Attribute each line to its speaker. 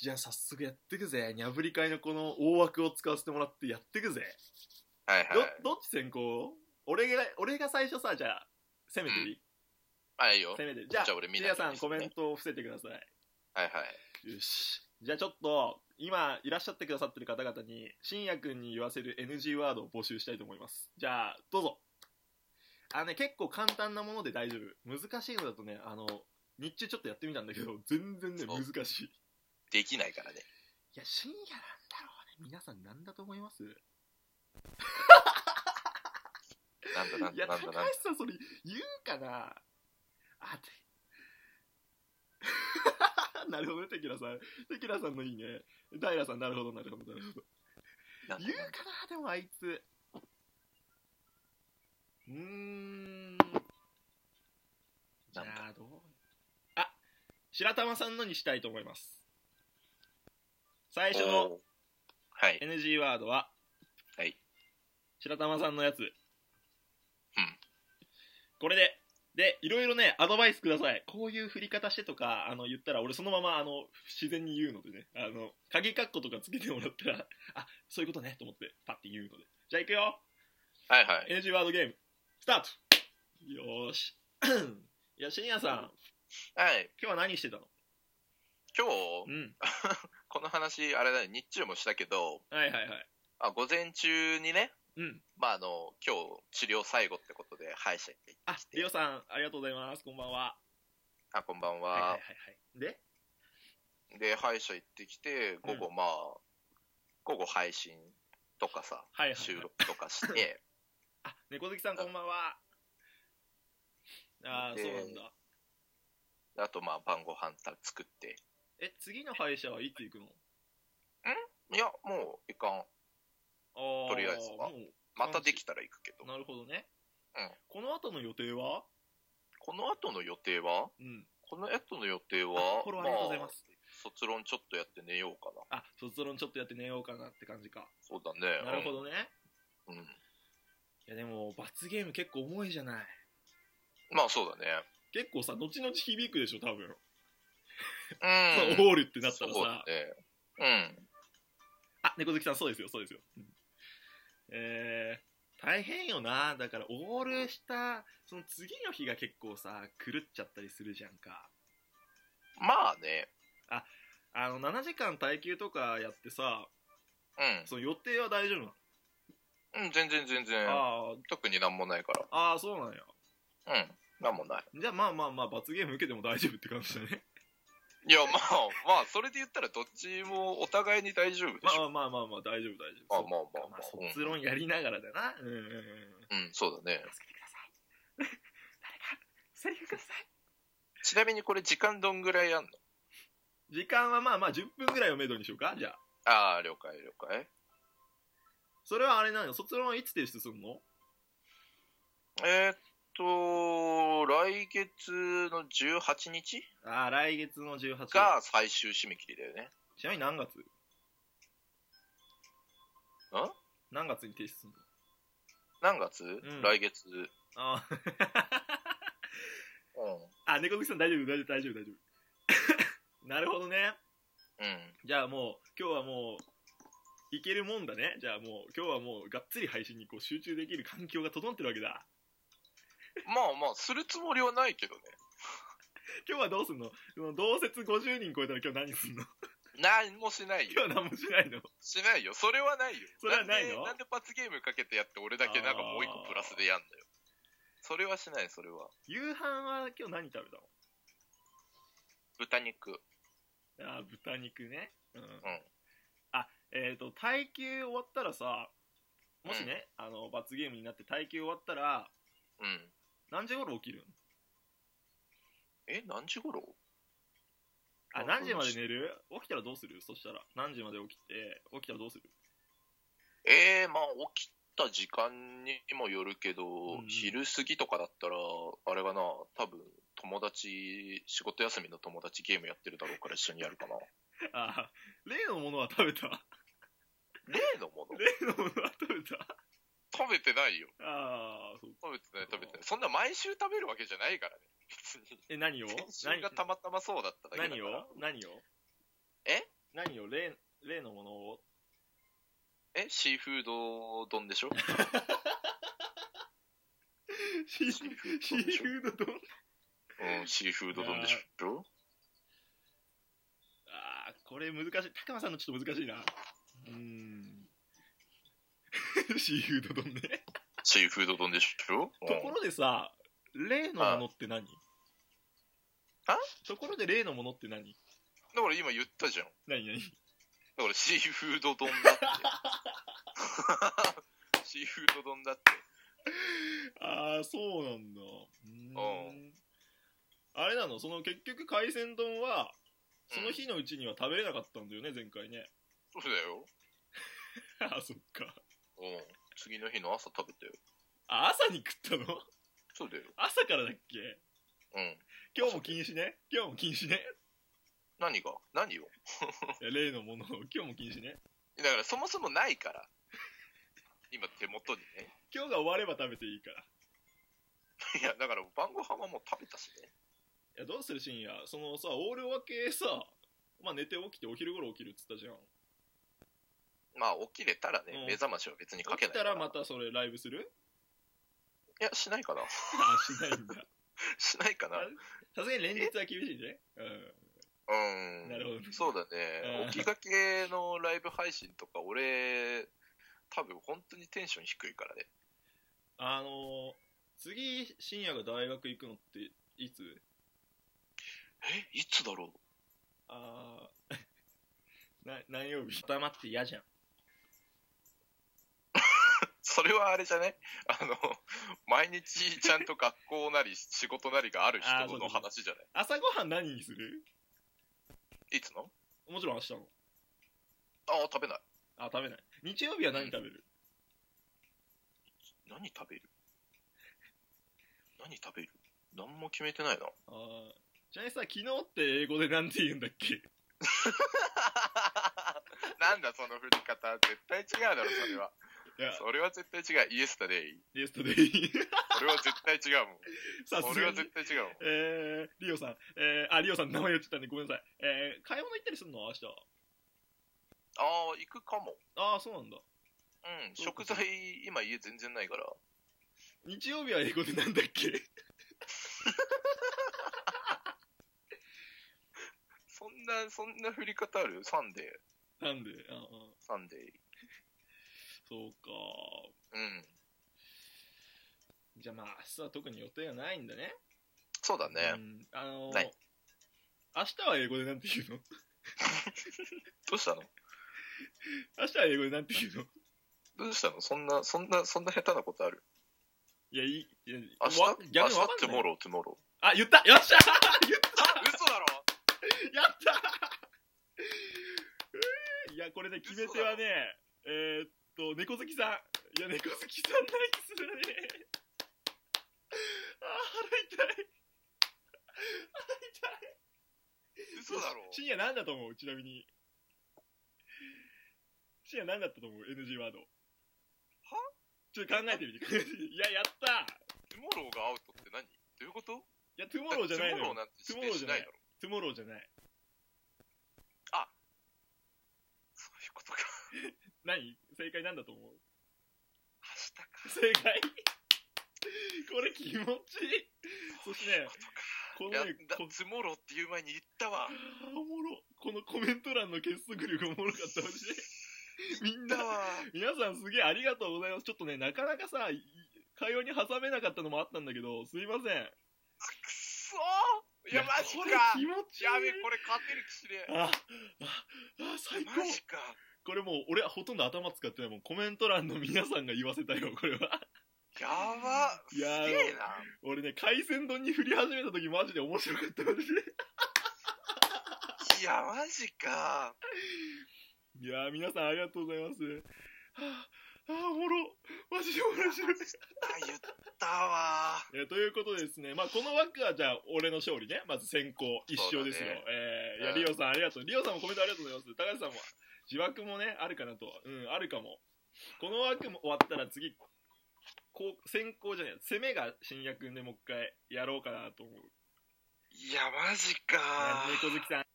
Speaker 1: じゃあ早速やってくぜ。にゃぶり会のこの大枠を使わせてもらってやってくぜ。
Speaker 2: はいはい
Speaker 1: ど、どっち先行俺が、俺が最初さ、じゃあ、攻めていい、
Speaker 2: あいいよ
Speaker 1: 攻めて。じゃあ
Speaker 2: じゃあ俺、見
Speaker 1: 皆
Speaker 2: ない
Speaker 1: さん
Speaker 2: です
Speaker 1: コ
Speaker 2: ね
Speaker 1: メントを伏せてくださ
Speaker 2: はいはい
Speaker 1: い。よし。じゃあちょっと、今いらっしゃってくださってる方々に、しんやくんに言わせる NG ワードを募集したいと思います。じゃあ、どうぞ。あのね、結構簡単なもので大丈夫。難しいのだとね、あの、日中ちょっとやってみたんだけど、全然ね、
Speaker 2: そう
Speaker 1: 難しい。い
Speaker 2: できないからね
Speaker 1: や、深夜なんだろうね。皆さん何だと思います
Speaker 2: なんだなん
Speaker 1: いや、
Speaker 2: だ
Speaker 1: 高橋
Speaker 2: なんだなんだ
Speaker 1: さん、それ言うかなあて。なるほどね、テキラさん。テキラさんのいいね。ダイラさん、なるほど、なるほど、なるほど。
Speaker 2: なんだ
Speaker 1: 言うかなでもあいつ。うーん。じゃあ、どうあ、白玉さんのにしたいと思います。最初の
Speaker 2: おーはい
Speaker 1: NG ワードは、
Speaker 2: はい。
Speaker 1: 白玉さんのやつ。うん。これで、で、いろいろね、アドバイスください。こういう振り方してとか、あの、言ったら、俺そのまま、あの、自然に言うのでね、あの、鍵カッコとかつけてもらったら、あ、そういうことね、と思って、パッて言うので。じゃあ行くよ
Speaker 2: はいはい
Speaker 1: !NG ワードゲーム、スタートよーし。 いや、深夜さん、
Speaker 2: はい
Speaker 1: 今日は何してたの
Speaker 2: 今日
Speaker 1: うん。
Speaker 2: この話あれだね日中もしたけど
Speaker 1: はいはいはい。
Speaker 2: あ午前中にね
Speaker 1: うん。
Speaker 2: まああの今日治療最後ってことで歯医者行って
Speaker 1: あ、リオさん、ありがとうございます。こんばんは。
Speaker 2: あこんばんは、
Speaker 1: はいはいはいはい。で
Speaker 2: で歯医者行ってきて午後まあ、午後配信とかさ
Speaker 1: はいはい、はい。
Speaker 2: 収録とかして
Speaker 1: あ、猫好きさんこんばんは。ああ、
Speaker 2: で
Speaker 1: そうなんだ。
Speaker 2: あとまあ晩ご飯た作って
Speaker 1: え、次の歯医者はいつ行くの
Speaker 2: いやもういかん
Speaker 1: ああ、
Speaker 2: とりあえずは
Speaker 1: もう
Speaker 2: またできたら行くけど
Speaker 1: なるほどね。
Speaker 2: うん
Speaker 1: この後の予定は
Speaker 2: この後の予定は
Speaker 1: うん。
Speaker 2: この後の予定
Speaker 1: あ
Speaker 2: は
Speaker 1: フォローありがとうございます。
Speaker 2: まあ卒論ちょっとやって寝ようかな
Speaker 1: あ、卒論ちょっとやって寝ようかなって感じか。
Speaker 2: そうだね
Speaker 1: なるほどね。
Speaker 2: うん、うん
Speaker 1: いやでも、罰ゲーム結構重いじゃない。
Speaker 2: まあそうだね
Speaker 1: 結構さ、後々響くでしょ、多分。
Speaker 2: うん
Speaker 1: オールってなった
Speaker 2: そう
Speaker 1: ら
Speaker 2: だ
Speaker 1: さ。
Speaker 2: ねうん
Speaker 1: あ、猫好きさん、そうですよ、そうですよ。うんえー、大変よな。だから、オールした、その次の日が結構さ、狂っちゃったりするじゃんか。
Speaker 2: まあね
Speaker 1: あの、7時間耐久とかやってさ、
Speaker 2: う
Speaker 1: その予定は大丈夫なの、
Speaker 2: ん、うん、全然全然
Speaker 1: あー
Speaker 2: 特になんもないから
Speaker 1: あー、そうなんや。
Speaker 2: うんなんもない
Speaker 1: じゃあ、まあまあまあ、罰ゲーム受けても大丈夫って感じだね。
Speaker 2: いやまあ まあそれで言ったらどっちもお互いに大丈夫で
Speaker 1: ま
Speaker 2: し ょ、
Speaker 1: あまあまあまあ、大丈夫、大丈夫。
Speaker 2: まあ、
Speaker 1: そ
Speaker 2: まあま
Speaker 1: っ
Speaker 2: あ
Speaker 1: か
Speaker 2: ま
Speaker 1: ま
Speaker 2: あ
Speaker 1: あ、
Speaker 2: うん
Speaker 1: 卒論やりながらだな。うんうんうん。
Speaker 2: うんそうだね
Speaker 1: 助けてください。誰か、セリフください。
Speaker 2: ちなみにこれ時間どんぐらいあんの
Speaker 1: 時間はまあまあ、10分ぐらいをめどにしようか、じゃあ。
Speaker 2: ああ了解了解
Speaker 1: それはあれなの卒論はいつ提出すんの
Speaker 2: えー、っと来月の18日
Speaker 1: ああ、来月の18日。
Speaker 2: が最終締め切りだよね
Speaker 1: ちなみに何月
Speaker 2: ん
Speaker 1: 何月に提出すんの
Speaker 2: 何月、
Speaker 1: ん
Speaker 2: 来月う
Speaker 1: あー
Speaker 2: ん
Speaker 1: あ、猫口さん大丈夫、大丈夫、大丈夫、大丈夫。 なるほどね。
Speaker 2: うん
Speaker 1: じゃあもう、今日はもう、いけるもんだね。じゃあもう、今日はもう、がっつり配信にこう集中できる環境が整ってるわけだ。
Speaker 2: まあまあするつもりはないけどね
Speaker 1: 今日はどうすんのその同説50人超えたら今日何すんの
Speaker 2: 何もしないよ
Speaker 1: 今日は何もしないの
Speaker 2: しないよそれはないよ
Speaker 1: それはないの
Speaker 2: んでなんで罰ゲームかけてやって俺だけなんかもう一個プラスでやんだよそれはしないそれは
Speaker 1: 夕飯は今日何食べ
Speaker 2: 豚肉
Speaker 1: たのあー豚肉ね。うん。
Speaker 2: ん
Speaker 1: あ、えっ、と、耐久終わったらさ、もしね、あの、罰ゲームになって耐久終わったら、
Speaker 2: うん
Speaker 1: 何時頃起きるの
Speaker 2: え何時頃
Speaker 1: あ、何時まで寝る起きたらどうするそしたら。何時まで起きて、起きたらどうする
Speaker 2: ええまあ起きた時間にもよるけど、
Speaker 1: ん
Speaker 2: 昼過ぎとかだったらあれかな多分友達仕事休みの友達ゲームやってるだろうから一緒にやるかな
Speaker 1: あ、例のものは食べ た。
Speaker 2: 例のもの
Speaker 1: 例のものは食べた。
Speaker 2: 食べてないよ
Speaker 1: ああ、そう。
Speaker 2: 食べてない食べてないそんな毎週食べるわけじゃないからね別に
Speaker 1: え、何を
Speaker 2: 先週
Speaker 1: 何
Speaker 2: がたまたまそうだっただけだか
Speaker 1: 何
Speaker 2: ら
Speaker 1: を何を
Speaker 2: え
Speaker 1: インよ例例のものを
Speaker 2: えシーフード丼で しょ
Speaker 1: シー
Speaker 2: シーフード丼でしょ
Speaker 1: フード丼
Speaker 2: うん、シーフード丼でしょ
Speaker 1: ああこれ難しい高間さんのちょっと難しいなうーん シーフード丼ね
Speaker 2: シーフード丼でしょう
Speaker 1: と
Speaker 2: ん
Speaker 1: ころでさ例のものって何
Speaker 2: あ
Speaker 1: ところで例のものって何
Speaker 2: だから今言ったじゃん。
Speaker 1: 何 何
Speaker 2: だからシーフード丼だって。 シーフード丼だって。
Speaker 1: ああそうなんだうーんあれなのその結局海鮮丼はその日のうちには食べれなかったんだよね前回ね
Speaker 2: そうだよ。
Speaker 1: あそっか
Speaker 2: うん。次の日の朝食べたよ。
Speaker 1: あ朝に食ったの
Speaker 2: そうだよ。
Speaker 1: 朝からだっけ
Speaker 2: うん。
Speaker 1: 今日も禁止ね今日も禁止ね
Speaker 2: 何が何を
Speaker 1: いや例のものを今日も禁止ね
Speaker 2: だからそもそもないから。今手元にね。
Speaker 1: 今日が終われば食べていいから
Speaker 2: いや、だから晩ご飯はもう食べたしね。
Speaker 1: いやどうする深夜そのさオール分けさまあ寝て起きてお昼頃起きるっつったじゃん
Speaker 2: まあ起きれたらね、
Speaker 1: うん
Speaker 2: 目覚ましは別にかけ
Speaker 1: 起
Speaker 2: な
Speaker 1: き
Speaker 2: いか
Speaker 1: た
Speaker 2: ら。
Speaker 1: らまたそれライブする
Speaker 2: いや、しないかな。
Speaker 1: あしないんだ
Speaker 2: しないかな。
Speaker 1: あさすがに連日は厳しいねうん
Speaker 2: うん。
Speaker 1: なるほど
Speaker 2: そうだ
Speaker 1: うん
Speaker 2: ね。起きがけのライブ配信とか、俺、多分本当にテンション低いからね。
Speaker 1: あのー次深夜が大学行くのっていつ
Speaker 2: え、いつだろう
Speaker 1: あー な何曜日固まって嫌じゃん
Speaker 2: それはあれじゃね あの、毎日ちゃんと学校なり仕事なりがある
Speaker 1: あーそうそ
Speaker 2: 人
Speaker 1: う
Speaker 2: の話じゃな
Speaker 1: 朝ごはん何にする
Speaker 2: いいつの
Speaker 1: もちろん明日の
Speaker 2: ああ、食べない。
Speaker 1: あ食べない日曜日は何食べる、
Speaker 2: 何食べる何食べる何も決めてないな。
Speaker 1: ああちなみにさ昨日って英語で何て言うんだっけ
Speaker 2: なんだその振り方。絶対違うだろ、それは。
Speaker 1: いや
Speaker 2: それは絶対違う。イエスタデイ。
Speaker 1: イエストデイ
Speaker 2: それは絶対違うもん。
Speaker 1: さす
Speaker 2: それ
Speaker 1: が
Speaker 2: は
Speaker 1: に
Speaker 2: 絶対違うもん。
Speaker 1: えー、リオさん、えー、あ、リオさん名前言っちゃったんでごめんなさい。えー、買い物行ったりするの明日。
Speaker 2: ああ、行くかも。
Speaker 1: ああ、そうなんだ。
Speaker 2: うん、
Speaker 1: そうか
Speaker 2: 食材、今家全然ないから。
Speaker 1: 日曜日は英語でなんだっけ
Speaker 2: そんな、そんな振り方あるサンデー、
Speaker 1: なんで、ああ、
Speaker 2: サンデー。
Speaker 1: そうか。
Speaker 2: うん。
Speaker 1: じゃあまあ、明日は特に予定がないんだね。
Speaker 2: そうだね。
Speaker 1: うん、あのー
Speaker 2: ない
Speaker 1: 明日は英語でなんて言うの
Speaker 2: どうしたの
Speaker 1: 明日は英語でなんて言うの
Speaker 2: どうしたのそんな、そんな、そんな下手なことある
Speaker 1: いや、いい、いや
Speaker 2: 明日
Speaker 1: わ
Speaker 2: 明
Speaker 1: 逆
Speaker 2: 日
Speaker 1: にわか
Speaker 2: ト
Speaker 1: ん
Speaker 2: ゥ
Speaker 1: ない
Speaker 2: モロー、トゥモロ
Speaker 1: あ、言ったよっしゃ言っ
Speaker 2: ー。あ、 嘘だろ
Speaker 1: やったうーいや、これね、決め手はね、えーっと、猫好きさん。いや、猫好きさんナイスだね。あー、腹痛い。
Speaker 2: 嘘だ ろ
Speaker 1: 深夜なんだと思うちなみに。深夜なんだったと思う ?NG ワード。はちょっと考えてみて。いや、やった
Speaker 2: トゥモローがアウトって何どういうこと
Speaker 1: いや、トゥモローじゃない
Speaker 2: トゥモ
Speaker 1: のよ。
Speaker 2: ローなんて指定しないだろ。
Speaker 1: トゥモローじゃない。
Speaker 2: そういうことか。
Speaker 1: 何正解なんだと思う
Speaker 2: 明
Speaker 1: 正解これ気持ちいいそしてねこの
Speaker 2: 日か。
Speaker 1: ね
Speaker 2: いや、だ
Speaker 1: こ
Speaker 2: トゥモローって言う前に言ったわ。言
Speaker 1: あー
Speaker 2: っ
Speaker 1: おもろこのコメント欄の結束力おもろかったマジでみんな
Speaker 2: たわ。
Speaker 1: 皆さんすげえありがとうございますちょっとねなかなかさい会話に挟めなかったのもあったんだけどすいません
Speaker 2: くそーいや、マジ
Speaker 1: こ
Speaker 2: か
Speaker 1: れ。気持ちいい
Speaker 2: やべえ、これ勝てる気しねえ。
Speaker 1: あああ最高
Speaker 2: マジか。
Speaker 1: これもう俺はほとんど頭使ってないもんコメント欄の皆さんが言わせたよこれは
Speaker 2: やば。す
Speaker 1: い
Speaker 2: げ
Speaker 1: やー
Speaker 2: えな。
Speaker 1: 俺ね海鮮丼に振り始めた時マジで面白かったマジで
Speaker 2: いや、マジ か。
Speaker 1: いやー、皆さんありがとうございます。はあ、あーおもろ。マジで面白い。
Speaker 2: あ、言ったわ。
Speaker 1: えーということでですね、まあ、この枠はじゃあ、俺の勝利ね。まず先行、一勝ですよ。
Speaker 2: そうだね
Speaker 1: えーいや、
Speaker 2: うん
Speaker 1: リオさんありがとう。リオさんもコメントありがとうございます。高橋さんも、自枠もね、あるかなと。うん、あるかも。この枠も終わったら次、こう、先行じゃない、攻めが新役でもう一回やろうかなと思う。
Speaker 2: いや、マジか。
Speaker 1: 猫好きさん、